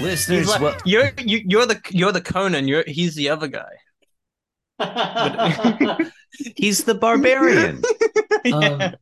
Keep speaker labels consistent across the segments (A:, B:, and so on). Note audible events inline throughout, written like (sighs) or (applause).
A: listeners,
B: He's like,
A: well,
B: you're you, you're the you're the Conan. You're he's the
A: (laughs)
B: other guy. But-
A: he's the (laughs) barbarian.
B: Yeah.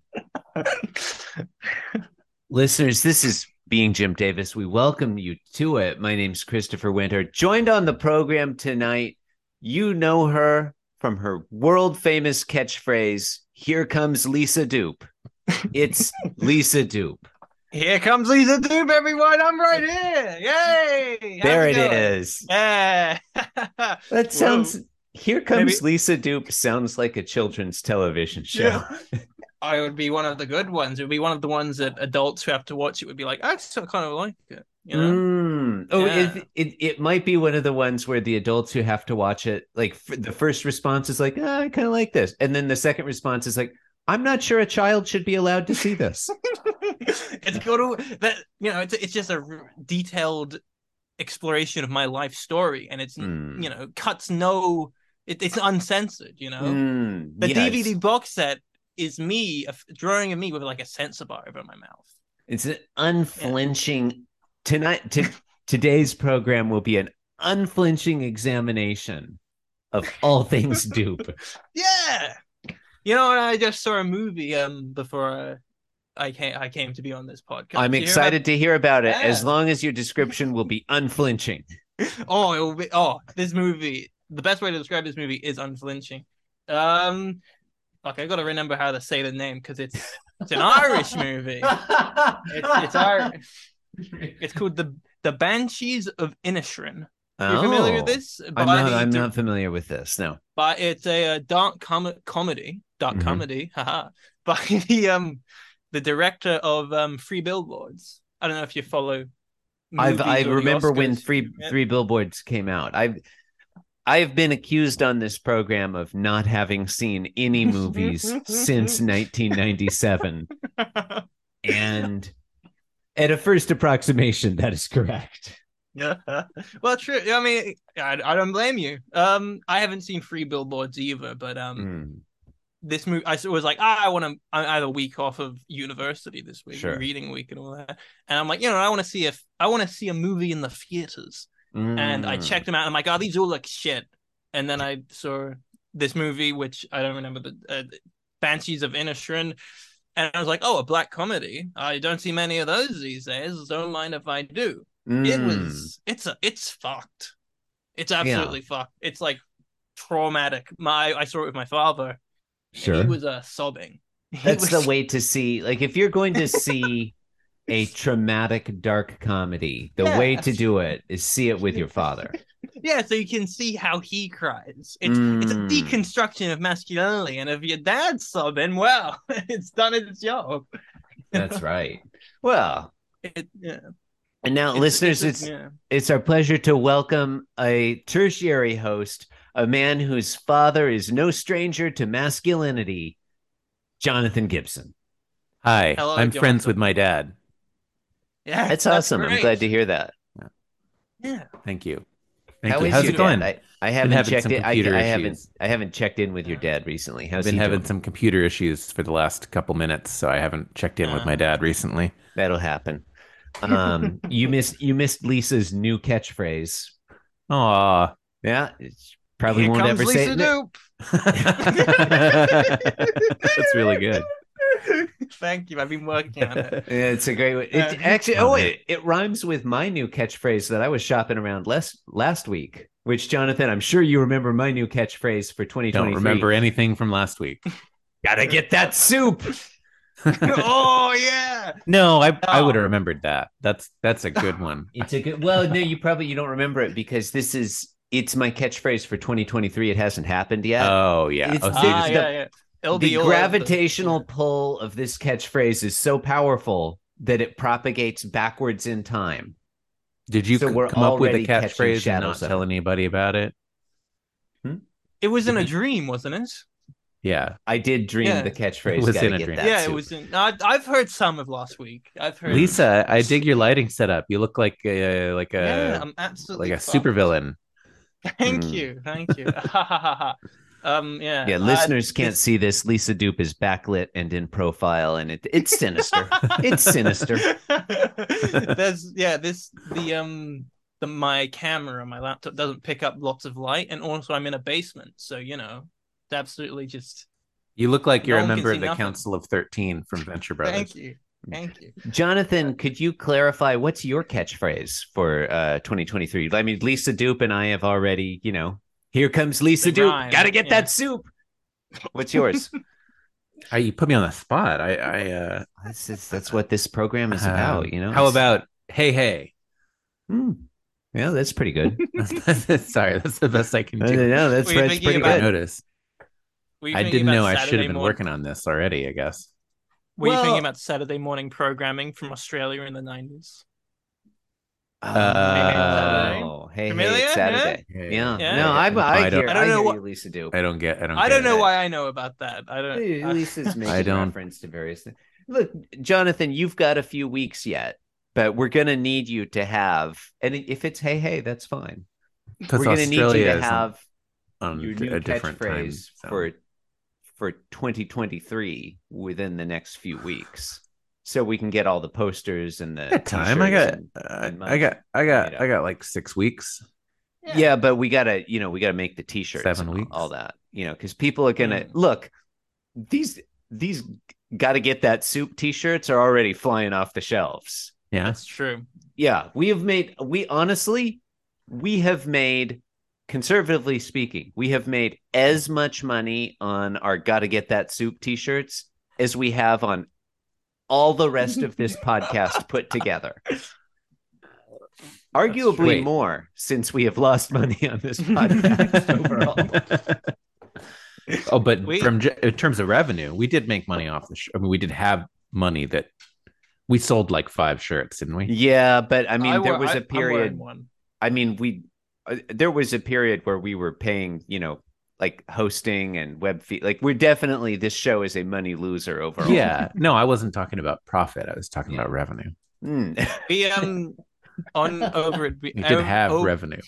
A: listeners, this is being Jim Davis. We welcome you to it. My name's Christopher Winter. Joined on the program tonight, you know her from her world famous catchphrase, "Here comes Lisa Dupe." (laughs) It's Lisa Dupe.
B: Here comes Lisa Doob, everyone. I'm right here. Yay! How's
A: There it
B: going?
A: is.
B: Yeah. (laughs)
A: That sounds. Here comes
B: Maybe-
A: Lisa Dupe. Sounds like a children's television show.
B: Yeah. (laughs) I would be one of the good ones. It would be one of the ones that adults who have to watch it would be like, I still kind of like it. You know?
A: Mm. Oh,
B: Yeah.
A: it, it it might be one of the ones where the adults who have to watch it, like f- the first response is like, "Ah, I kind of like this, and then the second response is like, I'm not sure a child should be allowed to see this.
B: (laughs) it's got to that you know. It's it's just a r- detailed exploration of my life story, and it's
A: Mm.
B: (laughs) you know cuts no. It, it's uncensored. You know,
A: Mm,
B: the
A: yes.
B: DVD box set is me a f- drawing of me with like a censor bar over my mouth.
A: It's an unflinching tonight. To, today's program will be an unflinching examination of all things
B: (laughs)
A: dupe.
B: Yeah. You know, and I just saw a movie um before I, I came I came to be on this podcast.
A: I'm
B: Did you hear
A: excited to hear about it. As
B: Yeah.
A: long as your description will be unflinching.
B: (laughs) about- Oh, it will be. Oh, this movie. The best way to describe this movie is unflinching. Um, okay, I got to remember how to say the name because it's it's
A: (laughs)
B: an Irish movie. It's it's our, It's called the the Banshees of Inisherin. You are familiar with
A: Oh.
B: this?
A: I'm
B: By
A: not,
B: the
A: I'm
B: dir-
A: not familiar with this. No.
B: But it's a, uh dark com- comedy, dark
A: Mhm.
B: comedy, haha, (laughs) by the um the director of um Free Billboards. I don't know if you follow.
A: I've
B: movies
A: I
B: or the
A: remember when
B: Oscars.
A: three
B: Yeah.
A: three billboards came out. I've I've been accused on this program of not having seen any movies
B: (laughs)
A: since 1997 and at a first approximation that is correct.
B: Yeah. (laughs) well, true. I mean, I, I don't blame you. Um, I haven't seen Free Billboards either, but um,
A: Mm,
B: this movie I was like, ah, I want to. I I had a week off of university this week,
A: Sure.
B: reading week, and all that. And I'm like, you know, I want to see if I want to see a movie in the theaters. and I
A: mm.
B: checked them out. I'm like, oh, these all look shit. And then I saw this movie, which I don't remember the uh, Banshees of Inisherin, and I was like, oh, a black comedy. I don't see many of those these days. Don't mind if I do. It
A: Mm.
B: was, it's a, it's fucked. It's absolutely fucked. It's like traumatic. My, I saw it with my father. And
A: Hmm. sure.
B: he was uh, sobbing. (laughs) He
A: That's
B: was-
A: the way to see like if you're going to see
B: (laughs)
A: a traumatic dark comedy, the
B: Yeah.
A: way to do it is see it with your father.
B: Yeah, so you can see how he cries. It's it's a
A: Mm.
B: deconstruction of masculinity, and if your dad's sobbing, well, (laughs) it's done its job.
A: (laughs) That's right. Well,
B: It, yeah.
A: and now
B: It's-
A: listeners, it's it's,
B: yeah.
A: our pleasure to welcome a tertiary host, a man whose father is no stranger to masculinity, Jonathan Gibson.
C: Hi,
B: Hello,
C: I'm friends
B: Jonathan.
C: with my dad.
B: yeah,
A: That's awesome. I'm
B: great.
A: glad to hear that.
B: Yeah,
C: Thank you. Thank
A: How
C: you.
A: is
C: How's
A: your
C: it going?
A: dad?
C: I've
A: I, I haven't
C: having
A: checked
C: some
A: in. I,
C: computer
A: I haven't
C: issues.
A: I haven't checked in with your dad recently. How's
C: been
A: he
C: having
A: doing?
C: some computer issues for the last couple minutes, so I haven't checked in with my
B: Uh.
C: dad recently.
A: That'll
C: (laughs)
A: happen. Um, you missed you missed Lisa's new catchphrase.
C: Aw. (laughs)
A: Yeah, it's probably
B: Here
A: won't
B: comes
A: ever say
B: Lisa
A: it. (laughs)
B: Doop.
C: That's really good.
B: (laughs) Thank you. I've been working
A: (laughs)
B: on it. (laughs)
A: Yeah, It's a great way. It
B: Uh,
A: actually,
C: Oh,
A: oh,
C: yeah.
A: it, it rhymes with my new catchphrase that I was shopping around last last week. Which, Jonathan, I'm sure you remember my new catchphrase for 2023.
C: Don't remember anything from last week.
A: (laughs) Gotta get that soup.
B: oh yeah.
C: No, I I would
B: Oh.
C: have remembered that. That's that's a
A: (laughs)
C: good one.
A: It's a good. Well, no, you probably you don't remember it because this is it's my catchphrase for 2023. It hasn't happened yet.
C: Oh yeah.
A: It's
C: Oh, so you
B: Ah,
C: just-
B: yeah, yeah. It'll
A: Uh, the
B: be all over
A: gravitational pull of this catchphrase is so powerful that it propagates backwards in time.
C: Did you
A: So
C: c-
A: we're
C: come up with a
A: already catching
C: catchphrase and not
A: shadows of
C: tell anybody about it?
B: It was in a dream, wasn't it?
C: Yeah.
A: I did dream
B: Yeah.
A: the catchphrase.
C: Was
A: gotta
C: in a
A: get
C: dream.
A: that
B: yeah,
A: soup.
B: it was in. I, I've heard some of last week. I've heard.
C: Lisa, I dig your lighting setup. You look like a like
B: yeah,
C: a
B: I'm absolutely
C: like a
B: fucked.
C: supervillain.
B: Thank
A: Mm.
B: you, thank you. (laughs) um, yeah, (laughs)
A: Yeah,
B: uh,
A: listeners can't
B: this-
A: see this. Lisa Dupe is backlit and in profile, and it, it's
B: (laughs)
A: sinister. it's sinister.
B: There's yeah, this the um the, my camera on my laptop doesn't pick up lots of light, and also I'm in a basement, so you know, it's absolutely just.
C: You look like you're
B: No
C: a
B: one can
C: member
B: see
C: of the
B: nothing.
C: Council of Thirteen from Venture Brothers.
B: Thank you, thank you.
A: Jonathan, could you clarify what's your catchphrase for uh 2023? I mean, Lisa Dupe and I have already, you know, here comes Lisa
B: The
A: Dupe.
B: rhyme,
A: Gotta get
B: yeah.
A: that soup. What's yours?
C: I, you put me on the spot. I, I uh,
A: that's, that's that's what this program is
C: um,
A: about, you know.
C: How
A: It's-
C: about hey hey?
A: (laughs)
C: (laughs)
A: Hmm. Yeah, that's pretty good.
C: Sorry, that's the best I can
A: no,
C: do.
A: no, no, that's,
B: Were you
A: that's
B: thinking
A: pretty
C: I
B: about-
A: good.
C: notice.
B: Were you
C: I
B: thinking
C: didn't
B: about
C: know I
B: Saturday
C: should have been
B: morning-
C: working on this already. I guess.
B: Were you
A: Well-
B: thinking about Saturday morning programming from Australia in the nineties?
C: Uh,
A: oh, hey, hey,
B: Familiar,
A: it's
B: huh?
A: Saturday. Yeah,
B: Yeah.
A: no, I, I,
C: I don't-
A: hear,
B: I
A: I
B: don't know
A: hear
B: what-
A: you, Lisa Dupe.
C: I don't get. I don't.
B: I
C: get
B: don't know
C: it.
B: why I know about that. I (laughs) don't. I-
A: Lisa's making
C: I don't-
A: reference to various things. Look, Jonathan, you've got a few weeks yet, but we're gonna need you to have, and if it's hey hey, that's fine. We're
C: Because
A: gonna need you
C: Australia
A: to
C: is
A: have
C: on
A: your
C: d-
A: new
C: a different time.
A: catchphrase
C: zone.
A: for for 2023 within the next few weeks, so we can get all the posters and the
C: I got time. I
A: t-shirts
C: got.
A: and-
C: Uh,
A: and
C: I got. I got.
A: made
C: I got like six weeks.
A: yeah. but we gotta, you know, we gotta make the t-shirts,
C: Seven
A: and all-
C: weeks.
A: all that, you know, because people are gonna
B: Mm.
A: look. These these gotta get that soup t-shirts are already flying off the shelves.
C: Yeah.
B: That's true.
A: Yeah, we have made we honestly we have made conservatively speaking, we have made as much money on our gotta get that soup t-shirts as we have on all the rest of this
B: (laughs)
A: podcast put together. Arguably
C: Wait.
A: more since we have lost money on this podcast overall.
C: oh, but
B: We-
C: from j- in terms of revenue, we did make money off the. Sh- I mean, we did have money that we sold like five shirts, didn't we?
A: Yeah, but I mean there
B: wa-
A: was
B: I-
A: a
B: I'm wearing
A: period
B: one.
A: I mean, we uh, there was a period where we were paying, you know, like hosting and web fee. Like we're definitely this show is a money loser overall.
C: Yeah. No, I wasn't talking about profit. I was talking about revenue.
A: (laughs) Mm.
B: We um on over it.
A: Oh,
C: We did have
B: over,
C: revenue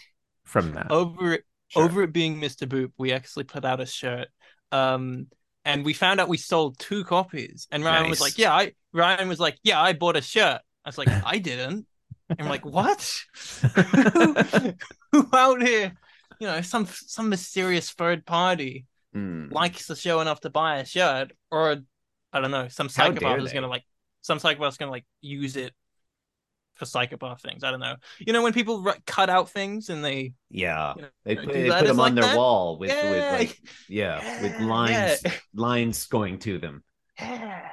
C: from that.
B: over it.
C: Sure.
B: Over it being Mr. Boop, we actually put out a shirt. Um, and we found out we sold two copies. And Ryan was
C: Nice.
B: like, "Yeah, I." Ryan was like, "Yeah, I bought a shirt."
A: (laughs)
B: I was like, "I didn't." And I'm like, "What? who, who out here? You know, some some mysterious third party
A: Mm.
B: likes the show enough to buy a shirt, or I don't know, some
A: How
B: psychopath
A: dare
B: is
A: they?
B: gonna like some psychopath's gonna like use it for psychopath things. I don't know. You know when people ru- cut out things and they
A: yeah.
B: You know,
A: They
B: do
A: put, they
B: that
A: put
B: is
A: them on
B: like
A: their
B: that?
A: wall with,
B: yeah,
A: with like yeah, with
B: yeah,
A: lines
B: yeah,
A: lines going to them.
B: yeah.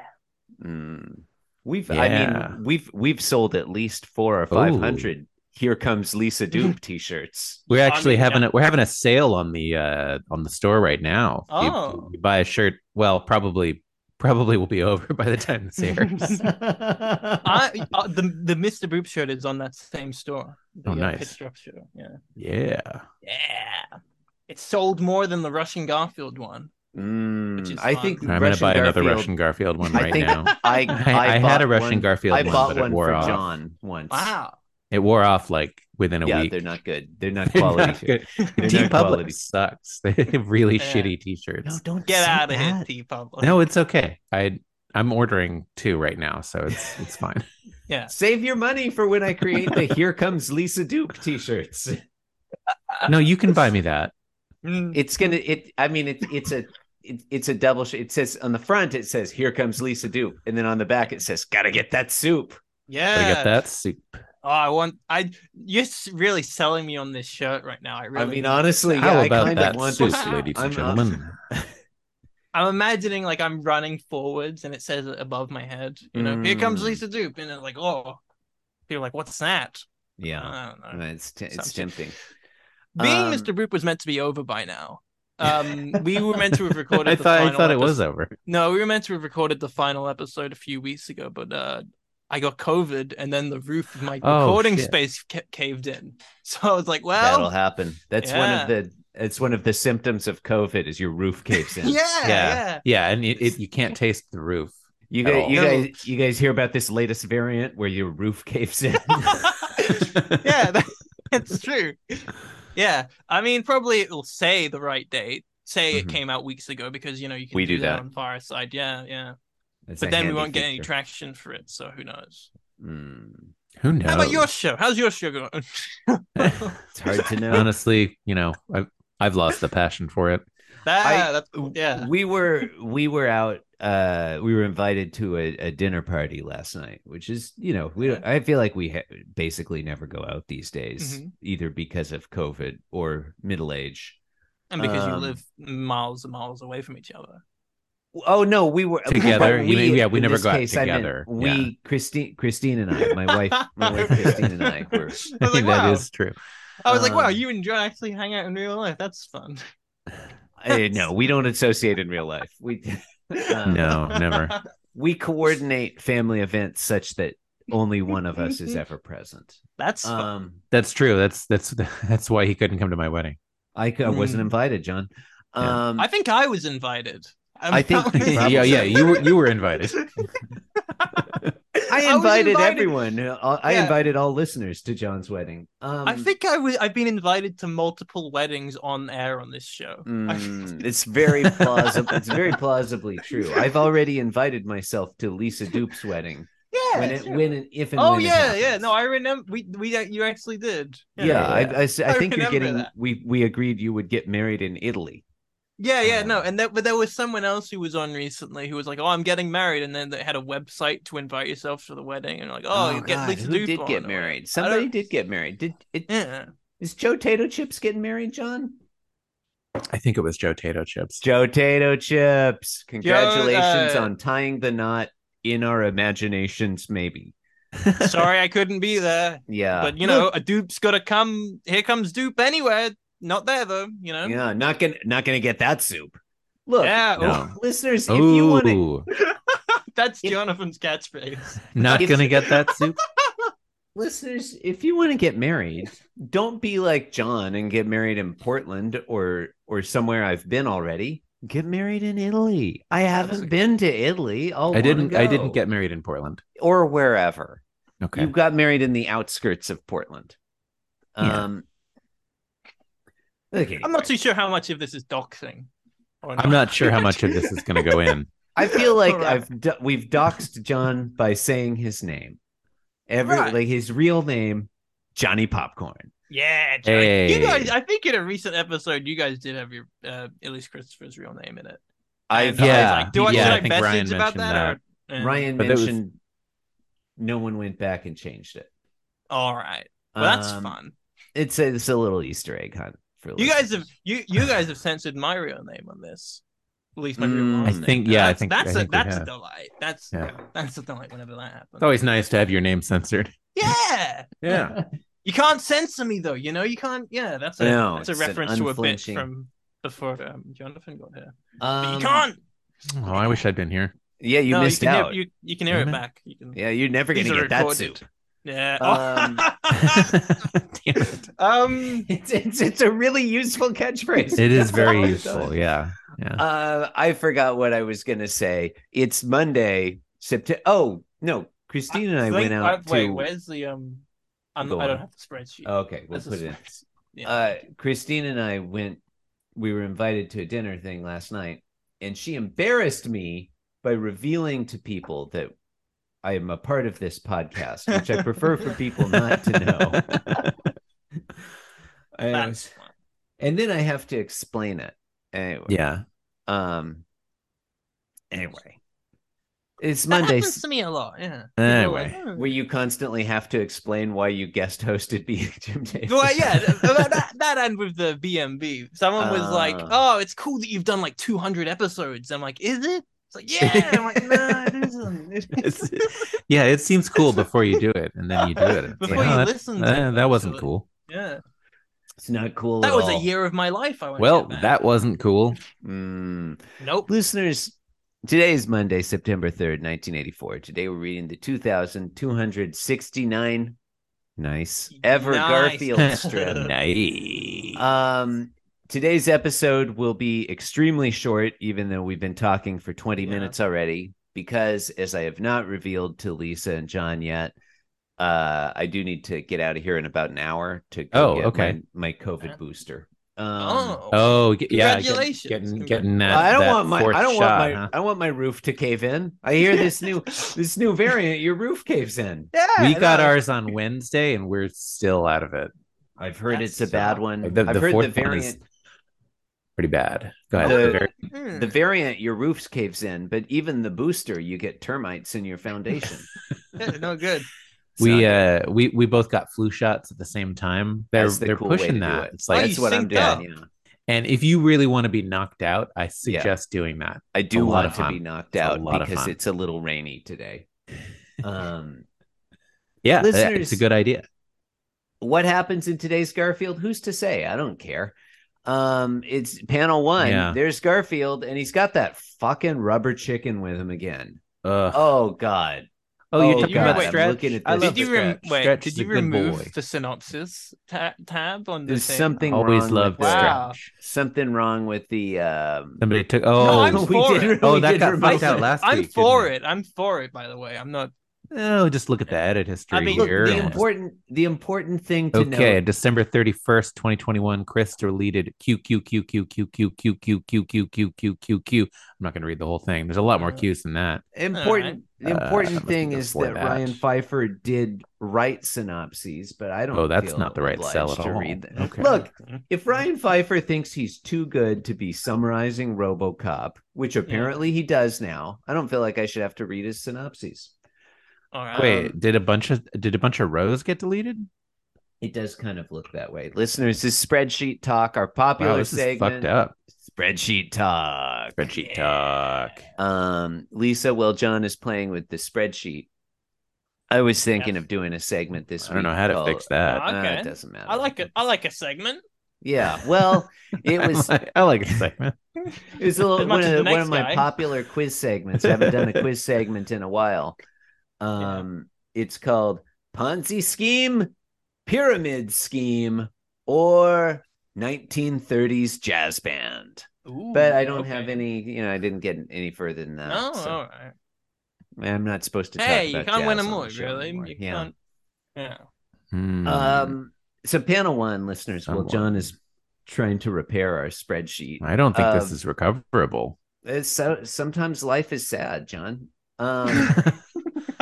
A: Mm. We've I
C: Yeah.
A: mean we've we've sold at least four or five hundred. Here comes Lisa
B: (laughs)
A: Dupe t-shirts.
C: We're actually
B: mean,
C: having a we're having a sale on the uh on the store right now. If you-
B: Oh.
C: you buy a shirt, well, probably probably will be (laughs) over by the time this
A: (laughs)
C: airs.
B: I, uh, the the Mr. Boop shirt is on that same store. The,
C: Oh,
B: uh,
C: nice.
B: Pitch Drop shirt. Yeah,
C: yeah.
B: yeah. It sold more than the Russian Garfield one.
A: Mm,
B: Which is
A: I
B: fun.
A: think
C: I'm gonna buy another
A: Garfield-
C: Russian Garfield one
A: I
C: right
A: think-
C: now.
B: (laughs)
A: I
C: I, I had
A: bought
C: a Russian
A: one-
C: Garfield
A: I
C: one,
A: bought
C: but
A: one
C: it wore
A: for
C: off.
A: John once.
B: Wow.
C: It wore off like within a
A: yeah,
C: week.
A: they're not good. They're not
C: (laughs) They're
A: quality.
C: not good.
B: (laughs)
A: They're
C: T
A: not quality.
C: Public sucks. (laughs) They have really
B: Yeah.
C: shitty t-shirts.
A: don't
B: Get out of here, T Public.
C: No, it's okay. I I'm ordering two right now, so
A: (laughs)
C: it's it's fine.
B: Yeah.
A: Save your money for when I create the "Here Comes Lisa Duke" T-shirts. (laughs)
C: No, you can buy me that.
B: Mm.
A: It's gonna. It. I mean, it, it's a. It, it's a double. Sh- it says on the front, it says "Here Comes Lisa Duke," and then on the back, it says "Gotta get that soup."
B: Yeah.
C: Gotta get that soup.
B: Oh, I want. I you're s- really selling me on this shirt right now. I really.
A: I mean,
B: need
A: honestly,
B: this.
A: yeah,
C: How
A: I
C: about
A: kind
C: that
A: of want
C: soup,
A: this.
C: ladies
A: I'm-
C: and gentlemen?
B: I'm imagining like I'm running forwards and it says it above my head. You know, here comes
A: Mm.
B: Lisa Dupe, and it's like, oh, people are like, what's that?
A: Yeah, Uh,
B: I don't know.
A: it's t- it's
B: Some
A: tempting.
B: Being
A: Um,
B: Mr. Boop was meant to be over by
C: (laughs)
B: now. Um, we were meant to have recorded.
C: I
B: the
C: thought I
B: final
C: thought it
B: epi-
C: was over.
B: No, we were meant to have recorded the final episode a few weeks ago, but uh, I got COVID, and then the roof of my
C: Oh,
B: recording
C: shit.
B: space ca- caved in. (laughs) So I was like, well,
A: That'll happen. That's one of the. It's one of the symptoms of COVID is your roof caves in.
B: (laughs) yeah, yeah.
C: (laughs) Yeah. Yeah, and it, it, you can't taste the roof.
A: You
C: at
A: guys,
C: all.
A: you
B: No.
A: guys, you guys hear about this latest variant where your roof caves in?
B: (laughs) yeah, (laughs) that, that's true. Yeah, I mean, probably it will say the right date. Say it
C: Mhm.
B: came out weeks ago because you know you can
A: We
B: do,
A: do
B: that,
A: that.
B: on Fireside. Yeah, yeah.
A: (laughs) That's a
B: but then we
A: handy
B: won't get any
A: feature.
B: traction for it, so who knows?
A: Mm.
C: Who knows?
B: How about your show? How's your show going?
A: It's hard to
C: (laughs)
A: know.
C: Honestly, you know, I've I've lost the passion for it.
B: (laughs) That,
A: I-
B: that's, yeah.
A: we were we were out uh we were invited to a, a dinner party last night which is you know we don't, i feel like we ha- basically never go out these days
B: Mhm.
A: either because of covid or middle age
B: And because you
A: um,
B: live miles and miles away from each other.
A: oh no we were (laughs)
C: Together,
A: but
C: you mean- yeah, we
A: in
C: never
A: this
C: got
A: case, I meant
C: together,
A: we
C: yeah.
A: christine christine and i my wife
B: (laughs)
A: my wife christine and i were
B: I
A: (laughs)
B: was like, wow.
C: That is true.
B: I was like, wow,
A: um,
B: you and John actually hang out in real life. That's fun. (laughs)
A: I, Eh, no we don't associate in real life we (laughs) um,
C: No, never.
A: we coordinate family events such that only one of us
B: (laughs)
A: is ever present
B: That's fun.
A: um
C: That's true. That's that's (laughs) that's why he couldn't come to my wedding.
A: I, c- I wasn't
B: Mm.
A: invited, John.
C: Yeah.
A: Um,
B: I think I was invited. I'm
A: I (laughs) think
B: not-
A: you
B: (laughs)
C: yeah, yeah. You were you were invited.
A: I
B: was
A: invited,
B: invited.
A: everyone. Uh, I
B: Yeah.
A: invited all listeners to John's wedding. Um,
B: I think I was. I've been invited to multiple weddings on air on this show.
A: (laughs) mm, it's very
B: (laughs)
A: plausible. it's very plausibly true. I've already invited myself to Lisa Dupe's wedding
B: yeah.
A: when it
B: sure.
A: when and if and
B: oh
A: when it
B: yeah, yeah.
A: happens.
B: No, I remember. We we you actually did.
A: yeah, I, I s- I
B: I
A: think you're
B: remember
A: getting.
B: that.
A: We we agreed you would get married in Italy.
B: Yeah, yeah, no,
A: Um,
B: and that, but there was someone else who was on recently who was like, "Oh, I'm getting married," and then they had a website to invite yourself to the wedding, and like, "Oh, you get
A: God,
B: Lisa
A: who
B: Dupe
A: did
B: on
A: get
B: or-
A: married?
B: I don't-
A: Somebody did get married. Did it? Is (laughs)
B: Yeah,
A: Joe Tato Chips getting married, John?
C: I think it was Joe Tato Chips.
A: Joe Tato Chips. Congratulations
B: uh,
A: on tying the knot in our imaginations, maybe.
B: sorry I couldn't be there,
A: Yeah.
B: but you know, a dupe's got to come. Here comes dupe anywhere. Not there though, you know.
A: yeah, not gonna not gonna get that soup. Look,
B: Yeah,
C: No.
A: listeners, if you
C: Ooh,
A: want to
B: that's
A: If-
B: Jonathan's
A: (laughs)
B: catchphrase.
C: not
A: if-
C: gonna
A: (laughs)
C: get that soup.
A: listeners, if you want to get married, don't be like John and get married in Portland or or somewhere I've been already. Get married in Italy. I haven't been to Italy. I'll
C: I didn't.
A: wanna
C: I
A: go.
C: didn't get married in Portland.
A: or wherever.
C: Okay.
A: You got married in the outskirts of Portland.
C: Yeah.
A: Um okay.
B: I'm not too sure how much of this is doxing. or
C: I'm not sure
A: (laughs)
C: how much of this is gonna go in.
A: I
B: (laughs)
A: feel like
B: Alright.
A: I've do- we've doxed John by saying his name. Every
B: Right.
A: like his real name, Johnny Popcorn.
B: Yeah, Johnny. you
C: Hey.
B: guys. I think in a recent episode, you guys did have your uh, Elise Christopher's real name in it.
A: I've
B: And I was
C: Yeah.
B: like, do I,
A: yeah,
B: should
A: I
B: I,
C: think
B: message
C: Ryan
B: about
C: mentioned
B: that? Or, Eh,
A: Ryan
C: But that was-
A: mentioned no one went back and changed it.
B: All right. Well, that's
A: Um,
B: fun.
A: It's a, it's a little Easter egg hunt for
B: You guys have
A: listeners.
B: you you guys have censored my real name on this. At least my real
A: Mm.
B: last
C: I
B: name.
C: think- yeah, I
B: That's-
C: think- I
B: that's a
C: think we
B: that's a
C: have.
B: delight. That's
C: Yeah.
B: that's a delight whenever that happens.
C: It's always nice to have your name censored.
B: yeah. You can't censor me though, you know. You can't. Yeah, that's a
A: No,
B: that's a
A: it's an
B: reference to a bit
A: unflinching-
B: from before um, Jonathan got here. But
A: Um,
B: you can't.
C: Oh, I wish I'd
A: (laughs)
C: been here.
A: Yeah, you
B: no,
A: missed
B: you can
A: out.
B: Hear, you you can hear
C: Damn
B: it
C: it.
B: back. You can.
A: yeah, you're never gonna
B: These
A: get
B: are
A: that
B: recorded.
A: soup.
B: Yeah. (laughs)
A: Um, (laughs)
C: Damn it.
B: um.
A: It's, it's it's a really useful
B: (laughs)
A: catchphrase.
C: It is very
A: Well
C: useful.
A: done.
C: Yeah. Yeah.
A: Uh, I forgot what I was gonna say. It's Monday, September. Oh no, Christine and I,
B: think-
A: went out
B: I- Wait,
A: to.
B: where's the um? I'm,
A: Go
B: I don't
A: on. Oh,
B: have the spreadsheet.
A: Okay, we'll
B: That's a
A: put it in.
B: spreadsheet.
A: Uh, Christine and I went. We were invited to a dinner thing last night, and she embarrassed me by revealing to people that I am a part of this podcast, which I prefer for people not to know.
B: (laughs)
C: (laughs)
A: And I
B: That's
A: was-
B: fine.
A: and then I have to explain it. Anyway,
C: yeah.
A: (laughs) Um. Anyway, it's
B: That
A: Monday.
B: happens to me a lot. Yeah.
C: Anyway.
B: People are like,
A: Where you constantly have to explain why you guest hosted (laughs) being Jim Davis.
B: "Oh." Well, yeah, th- that, that, that end with the BMB. Someone was like,
A: Ah.
B: "Oh, it's cool that you've done like 200 episodes." I'm like, "Is it?" It's like, "Yeah." I'm like, "No, it
C: (laughs) It's-
B: isn't."
C: yeah, it seems cool before you do it, and then you do it. It's
B: (laughs) Before
C: like,
B: you
C: oh, that,
B: listen, to
C: eh,
B: it,
C: that wasn't
B: actually.
C: cool.
B: Yeah,
A: it's not cool.
B: that
A: at
B: was a
A: all.
B: year of my life. I went.
C: Well, that wasn't cool.
A: Mm.
B: Nope.
A: Listeners, today is Monday, September 3rd, 1984. Today we're reading the 2269 nice Ever
B: Nice. (laughs)
A: Garfield strip.
C: Nice.
A: um today's episode will be extremely short even though we've been talking for 20
B: Yeah.
A: minutes already because as I have not revealed to Lisa and John yet, uh I do need to get out of here in about an hour to go
C: Oh,
A: get
C: okay.
A: my, my COVID
B: Yeah.
A: booster. Um,
B: oh,
C: Oh, get- yeah, get-
B: Congratulations.
C: getting getting that.
A: I don't
C: that
A: want my
C: fourth
A: I don't
C: shot,
A: want my
C: huh?
A: I don't want my roof to cave in. I hear this
B: (laughs)
A: new this new variant. Your roof caves in.
B: yeah.
C: we got
B: no.
C: ours on Wednesday, and we're still out of it.
A: I've heard
B: That's
A: it's a bad
B: so-
A: one.
C: The- the
A: I've heard the
C: fourth one is-
A: variant.
C: Pretty bad. Go ahead.
A: The-
C: The very-
B: Hmm.
A: The variant, your roof caves in, but even the booster, you get termites
C: (laughs)
A: in your foundation.
B: Yeah, no good.
C: we
A: So,
C: uh we we both got flu shots at the same time. They're
A: That's the
C: they're
A: cool way to do
C: pushing that.
A: it.
C: It's like,
A: that's
B: Oh, you
A: what I'm
B: synced
A: doing.
B: up.
A: Yeah.
C: and if you really want to be knocked out, I suggest doing that.
A: I do
C: a lot
A: want
C: of
A: to be
C: fun.
A: knocked
C: It's a
A: out
C: lot of
A: because
C: fun.
A: it's a little rainy
C: (laughs)
A: today. Um,
C: Yeah, that-
A: Listeners-
C: it's a good idea.
A: what happens in today's Garfield? Who's to say? I don't care. Um, it's panel one.
C: Yeah.
A: There's Garfield, and he's got that fucking rubber chicken with him
C: (sighs)
A: again.
C: Ugh.
A: Oh God!
C: Oh,
A: oh,
C: you're talking
A: God,
C: about
A: I'm
C: stretch.
A: looking at
C: (laughs) I
A: this.
C: love
B: Did you
A: the
B: rem-
C: Stretch.
B: wait?
C: Stretch
B: did
C: is
B: you
C: a good
B: remove
C: boy.
B: the synopsis ta- tab on the
A: There's
B: thing?
A: something
C: Always
A: wrong
C: loved
A: with the-
B: Wow.
C: stretch.
A: something wrong with the um,
C: Somebody took.
B: No,
C: Oh,
B: I'm
A: (laughs) we
B: for
A: did,
B: it.
A: we
C: Oh, that
A: did
C: got
A: remove
C: fucked out
A: it.
C: last
B: I'm
C: week,
B: for
C: didn't
B: it. I'm for it. By the way, I'm not.
C: oh, just look at the edit history
B: mean,
A: Look,
C: here.
A: the important the important thing to
C: okay,
A: know.
C: December thirty first, twenty twenty one. Chris deleted Q Q Q Q Q Q Q Q Q Q Q Q Q Q. I'm not going to read the whole thing. There's a lot more
B: Uh,
C: Qs than that.
A: Important the
C: Uh, I
A: important
C: must
A: thing
C: go
A: is
C: for
A: that,
C: that.
A: Ryan Pfeiffer did write synopses, but I don't.
C: Oh, that's
A: feel
C: not the right sell
A: obliged
C: at
A: to
C: all.
A: read them.
C: Okay.
A: Look, if Ryan Pfeiffer thinks he's too good to be summarizing RoboCop, which apparently he does now, I don't feel like I should have to read his synopses.
B: All right.
C: Wait, did a bunch of did a bunch of rows get deleted?
A: It does kind of look that way, listeners. This spreadsheet talk, our popular
C: Wow, this is
A: segment,
C: fucked up.
A: spreadsheet talk.
C: Spreadsheet talk.
A: um lisa while john is playing with the spreadsheet i was thinking
B: Yes.
A: of doing a segment this
C: I don't
A: week
C: know how to
A: called-
C: fix that.
A: Uh,
B: Okay.
A: it doesn't matter
B: I like it. I like a segment.
A: yeah well it
C: I (laughs)
A: was
C: like- I like it segment.
A: it was a little,
B: As
A: one,
B: much as the
A: of, one
B: next
A: of my
B: guy.
A: popular quiz segments i haven't done
C: (laughs)
A: a quiz segment in a while
B: Yeah.
A: um it's called ponzi scheme pyramid scheme or 1930s jazz band but i don't have any you know i didn't get any further than that
B: No,
A: so.
B: Oh, all right.
A: I'm not supposed to. Talk
B: Hey, you
A: about
B: can't win
A: jazz
B: them
A: on
B: all,
A: the show
B: really.
A: anymore.
B: You
A: yeah.
B: can't.
A: (laughs)
B: Yeah.
C: Hmm.
A: Um. So panel one listeners, while
C: Panel
A: John
C: one.
A: is trying to repair our spreadsheet,
C: I don't think this
A: um,
C: is recoverable.
A: it's so sometimes life is sad, John. Um, (laughs)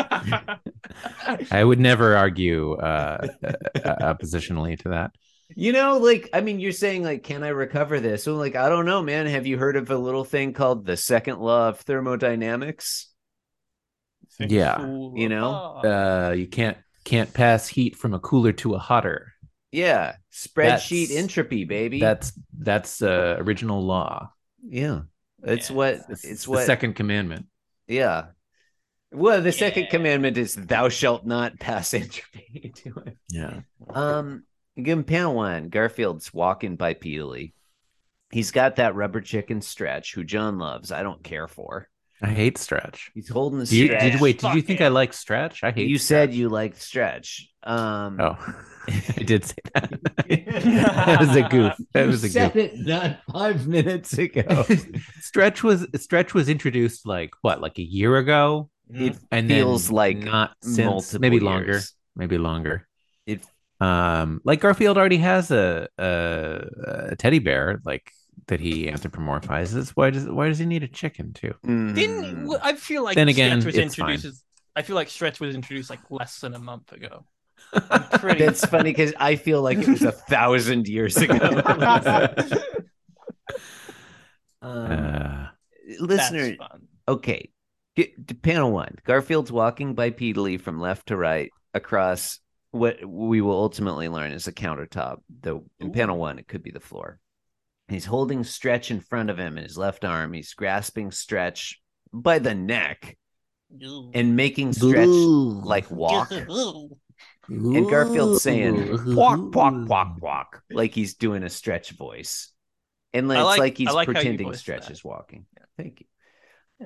C: I would never argue uh, uh, oppositionally to that.
A: you know, like I mean, you're saying like, can I recover this? Well, like I don't know, man. Have you heard of a little thing called the second law of thermodynamics?
B: Things
C: Yeah,
B: fall
A: you know,
B: apart.
C: Uh, you can't can't pass heat from a cooler to a hotter.
A: Yeah, spreadsheet
C: That's-
A: entropy, baby.
C: That's that's uh, original law.
A: yeah. It's
B: Yeah.
A: what
C: It's,
A: it's
C: the
A: what
C: second commandment.
A: Yeah. Well, the second
B: Yeah.
A: commandment is thou shalt not pass
B: (laughs)
A: entropy to him.
C: Yeah.
A: Um again, panel one, Garfield's walking bipedally. He's got that rubber chicken stretch who John loves. I don't care for.
C: I hate stretch.
A: He's holding the
C: Do you,
A: stretch.
C: did wait? Did you
B: Fuck
C: think
B: it.
C: I like stretch? I hate.
A: You said you liked stretch. Um (laughs)
C: Oh, (laughs) I did say that. that was a goof. That
A: you
C: was a Oh,
A: said
C: goof.
B: (laughs)
A: it not five minutes ago.
C: Stretch was stretch was introduced like what, like a year ago,
B: Mm.
A: it
C: and then
A: feels like
C: not since
A: (laughs) multiple
C: maybe
A: years.
C: longer, maybe longer.
A: It-
C: um like Garfield already has a a, a teddy bear like that he anthropomorphizes. Why does why does he need a chicken too?
B: Didn't
A: Mhm.
B: well, I feel like
C: Then again,
B: Stretch was
C: it's fine.
B: introduced. as- I feel like Stretch was introduced like less than a month ago.
A: (laughs)
B: I'm pretty.
A: That's funny because I feel like it was a thousand years ago.
B: (laughs)
A: um,
C: Uh,
A: listener,
B: That's fun.
A: okay. D- d- panel one Garfield's walking bipedally from left to right across what we will ultimately learn is a countertop, though in
B: Ooh.
A: panel one, it could be the floor. He's holding stretch in front of him in his left arm. He's grasping stretch by the neck
B: Ooh.
A: and making stretch like walk.
B: Ooh.
A: and Garfield's saying "Quack quack quack quack," like he's doing a stretch voice, and like,
B: I
A: it's
B: like-
A: like he's
B: I like how you
A: pretending
B: voiced
A: stretch
B: that.
A: is walking. Thank you.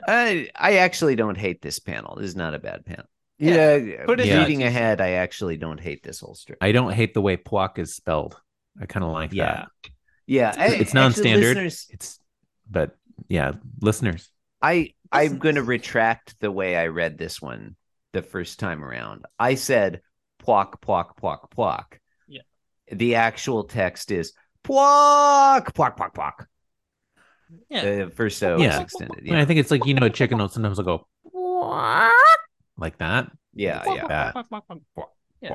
A: I I actually don't hate this panel. This is not a bad panel. Yeah,
B: Yeah,
A: put
B: put
A: it
C: it in
A: reading ahead. I actually don't hate this whole stretch.
C: I don't hate the way "quack" is spelled. I kind of like
A: Yeah.
C: that.
A: Yeah, I-
C: It's
A: actually,
C: non-standard.
A: listeners,
C: It's but yeah, listeners.
A: I I'm
B: Listeners.
A: going to retract the way I read this one the first time around. I said "plock plock plock plock."
B: Yeah.
A: The actual text is Pwok, pwok, pwok, pwok.
B: Yeah.
A: The first O
C: Yeah.
A: is Uh, extended.
C: And I
A: Yeah.
C: think it's like you know, a chicken will sometimes will go "Quack," like that.
A: Yeah.
B: Quack,
A: yeah.
C: that.
B: quack, quack, quack, quack. Yeah.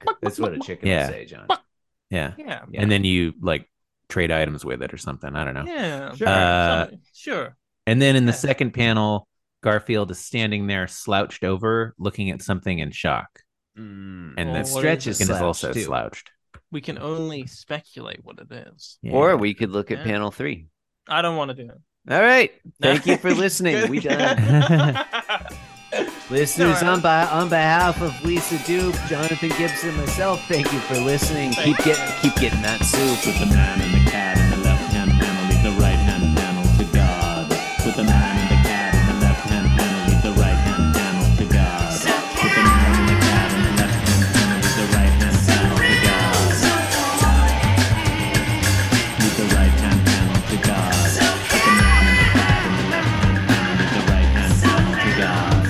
A: Quack. That's what a chicken
C: Yeah.
A: would say, John.
C: Yeah.
B: Yeah.
A: Yeah.
C: and then you like trade items with it or something. I don't know.
B: Yeah.
A: Sure.
C: Uh,
B: Some- sure.
C: And then in the
B: Yeah.
C: second panel, Garfield is standing there, slouched over, looking at something in shock,
A: Mm.
C: and
B: Well,
C: the
B: what is
A: stretch
B: it?
A: is
C: skin is
A: slouched
C: also
A: too.
C: slouched.
B: We can only speculate what it is.
C: Yeah.
A: Or we could look at
B: Yeah.
A: panel three.
B: I don't want to do that.
A: All right. Thank you for
B: (laughs)
A: listening. We done. (laughs) Listeners,
B: Alright.
A: on, by, on behalf of Lisa Duke, Jonathan Gibson, myself, thank you for listening. Keep
B: Thank you.
A: getting, keep getting that soup.
D: Put the man and the cat in the left hand panel, leave the right hand panel to God. Put the man and the cat in the left hand panel, leave the right hand panel to God. Put the man and the cat in the left hand panel, leave the right hand panel to God. Leave the right hand panel to God. Put the man and the cat in the left hand panel, leave the right hand panel to God.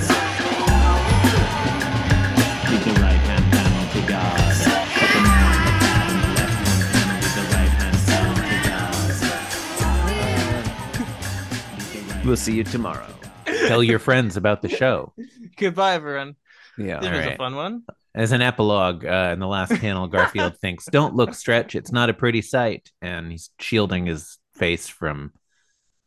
D: Leave the right hand panel to God. Put the man and the cat in the left hand panel, leave the right hand panel to God. Leave the right
A: We'll see you tomorrow.
C: Tell your friends about the show.
B: (laughs) Goodbye, everyone.
A: Yeah.
B: This was a
C: Alright.
B: fun one.
C: As an epilogue, uh, in
A: (laughs)
C: the last panel, Garfield thinks, "Don't look, Stretch. It's not a pretty sight," and he's shielding his face from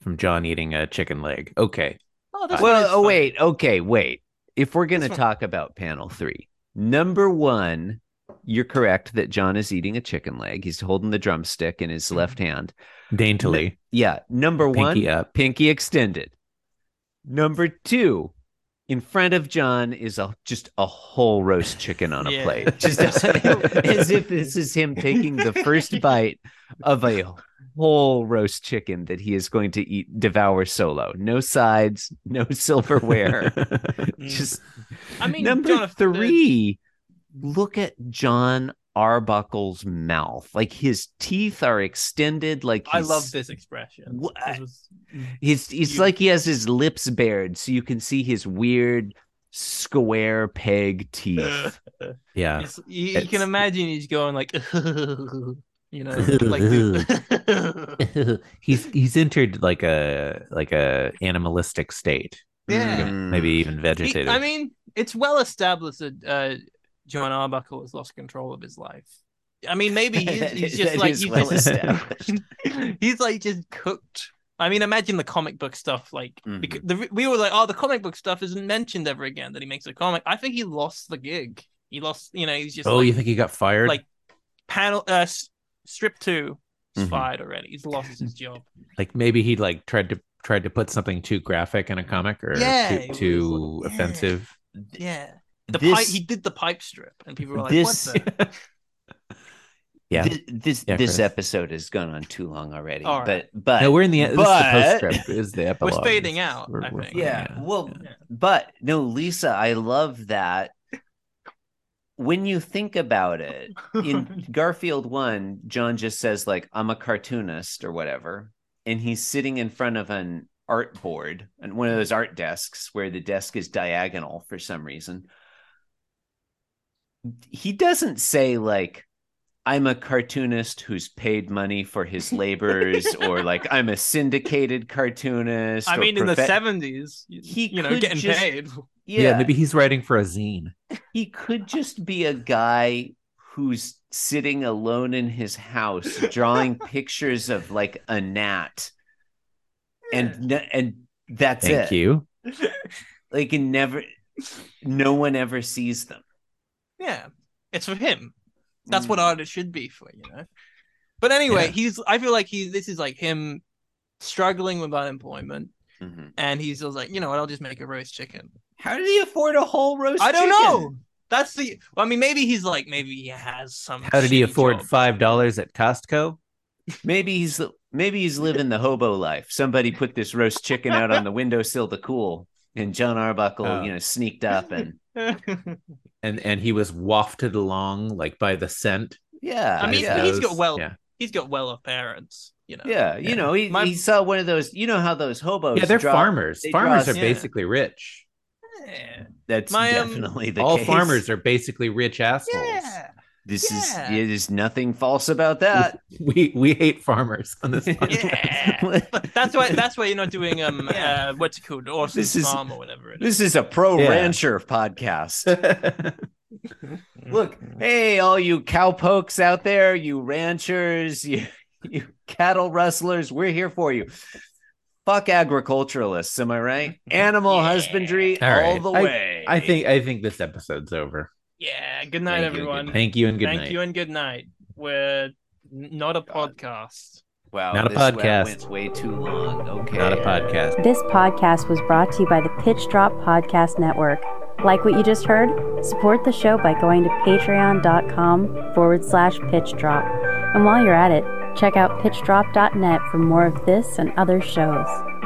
C: from John eating a chicken leg. Okay,
B: Oh, this one is
A: Well, oh,
B: fun.
A: wait. Okay, wait. If we're going to
B: This one-
A: talk about panel three, number one, you're correct that John is eating a chicken leg. He's holding the drumstick in
B: Mm-hmm.
A: his left hand.
C: daintily,
A: Yeah. Number one,
C: pinky up.
A: pinky extended. Number two, in front of John is a just a whole roast chicken on a
B: Yeah.
A: plate,
B: (laughs)
A: just as, as if this is him taking the first bite of a whole roast chicken that he is going to eat devour solo. No sides, no silverware.
B: (laughs) Mm.
A: just
B: I mean,
A: number
B: Jonathan, the-
A: three. Look at John Arbuckle's mouth; like his teeth are extended. Like
B: I
A: he's-
B: love this expression.
A: What-
B: This was-
A: He's it's
B: You-
A: like he has his lips bared, so you can see his weird square peg teeth.
C: (laughs) Yeah, (laughs)
B: it's- you, you
C: Uh, It's-
B: can imagine he's going like, (laughs) you know,
A: (laughs)
B: like the- (laughs)
C: he's he's entered like a like a animalistic state,
B: yeah.
A: Mm.
C: maybe even
B: He-
C: vegetative.
B: I mean, it's well established that uh, John Arbuckle has lost control of his life. I mean, maybe he's, he's
A: (laughs)
B: just
A: That
B: like
A: is
B: he's
A: well
B: just- (laughs)
A: established.
B: he's like just cooked. I mean, imagine the comic book stuff. Like
A: Mhm.
B: because the, we were like, oh, the comic book stuff isn't mentioned ever again that he makes a comic. I think he lost the gig. He lost. You know, he's just
C: oh,
B: like,
C: you think he got fired?
B: like- panel uh, s- strip two. is
A: Mhm.
B: fired already. He's lost his job.
C: like maybe he like tried to tried to put something too graphic in a comic or
B: Yeah,
C: too,
B: it was-
C: too
B: yeah.
C: offensive.
B: Yeah. The
A: This-
B: pipe, he did the pipe strip, and people were like,
A: This-
B: "What
A: (laughs)
B: the?"
C: Yeah.
A: Thi- this
C: Yeah,
A: this
C: Chris.
A: episode has gone on too long already.
B: All
A: But
B: right.
A: but
C: no, we're in the e, this is
A: but-
C: the postscript. It
B: (laughs)
C: is the epilogue.
B: fading
C: It's-
B: out, I think.
A: yeah, well,
B: Yeah.
A: but no, Lisa, I love that. When you think about it,
B: (laughs)
A: in Garfield one, John just says like I'm a cartoonist or whatever, and he's sitting in front of an art board and one of those art desks where the desk is diagonal for some reason. He doesn't say like I'm a cartoonist who's paid money for his labors
B: (laughs)
A: or like I'm a syndicated cartoonist.
B: I
A: or
B: mean, in the
A: profe-
B: seventies,
A: He
B: you know,
A: could
B: getting
A: just-
B: paid.
C: Yeah. maybe he's writing for a zine.
A: he could just be a guy who's sitting alone in his house
B: (laughs)
A: drawing pictures of like a gnat and n- and that's
C: Thank
A: it
C: you.
A: like and never no one ever sees them
B: yeah, it's for him. That's what art should be for, you know. But anyway,
C: Yeah.
B: he's. I feel like he's. This is like him struggling with unemployment,
C: Mm-hmm.
A: Mhm.
B: and he's just like, you know what? I'll just make a roast chicken.
A: how did he afford a whole roast
B: I don't
A: chicken?
B: know. That's the. I mean, maybe he's like, maybe he has some.
C: How did he
B: shitty
C: afford
B: job.
C: five dollars at Costco?
A: maybe he's maybe he's living the hobo life somebody put this roast chicken out on the windowsill to cool and john arbuckle
C: Oh.
A: you know sneaked up and
C: And and he was wafted along like by the scent.
A: yeah
B: I mean,
A: yeah.
B: he's got well.
C: Yeah.
B: He's got well of parents, you know.
A: Yeah, you
C: Yeah.
A: know, he,
B: My-
A: he saw one of those. You know how those hobos?
C: Yeah, they're
A: draw-
C: farmers.
A: they draw
C: Farmers are
A: us-
B: yeah.
C: basically rich.
B: Yeah.
A: That's
B: My, um,
A: definitely the
C: All
A: case.
C: farmers are basically rich assholes.
B: Yeah.
A: This
B: Yeah.
A: is there's nothing false about that.
C: We we hate farmers on this. podcast.
B: (laughs) Yeah. But that's why that's why you're not doing um uh, what's it called Orson
A: This is-
B: Farm or whatever it
A: (laughs)
B: is.
A: This is a pro
C: Yeah.
A: rancher
C: (laughs)
A: podcast. Look, hey, all you cowpokes out there, you ranchers, (laughs) you, you cattle rustlers, we're here for you. Fuck agriculturalists, am I right? Animal
B: Yeah.
A: husbandry
C: All
A: all,
C: right.
A: the
C: I-
A: way.
C: I think I think this episode's over.
B: Yeah. Good night,
A: Thank you, good
B: everyone. Thank,
C: Thank you and good night.
B: you and good night. We're n- not a
A: God.
B: podcast.
A: wow,
C: Not a
A: this went-
C: podcast.
A: Went way too long. Okay,
C: Not a podcast.
E: This podcast was brought to you by the Pitch Drop Podcast Network. Like what you just heard? Support the show by going to patreon.com forward slash pitch drop. And while you're at it, check out pitchdrop.net for more of this and other shows.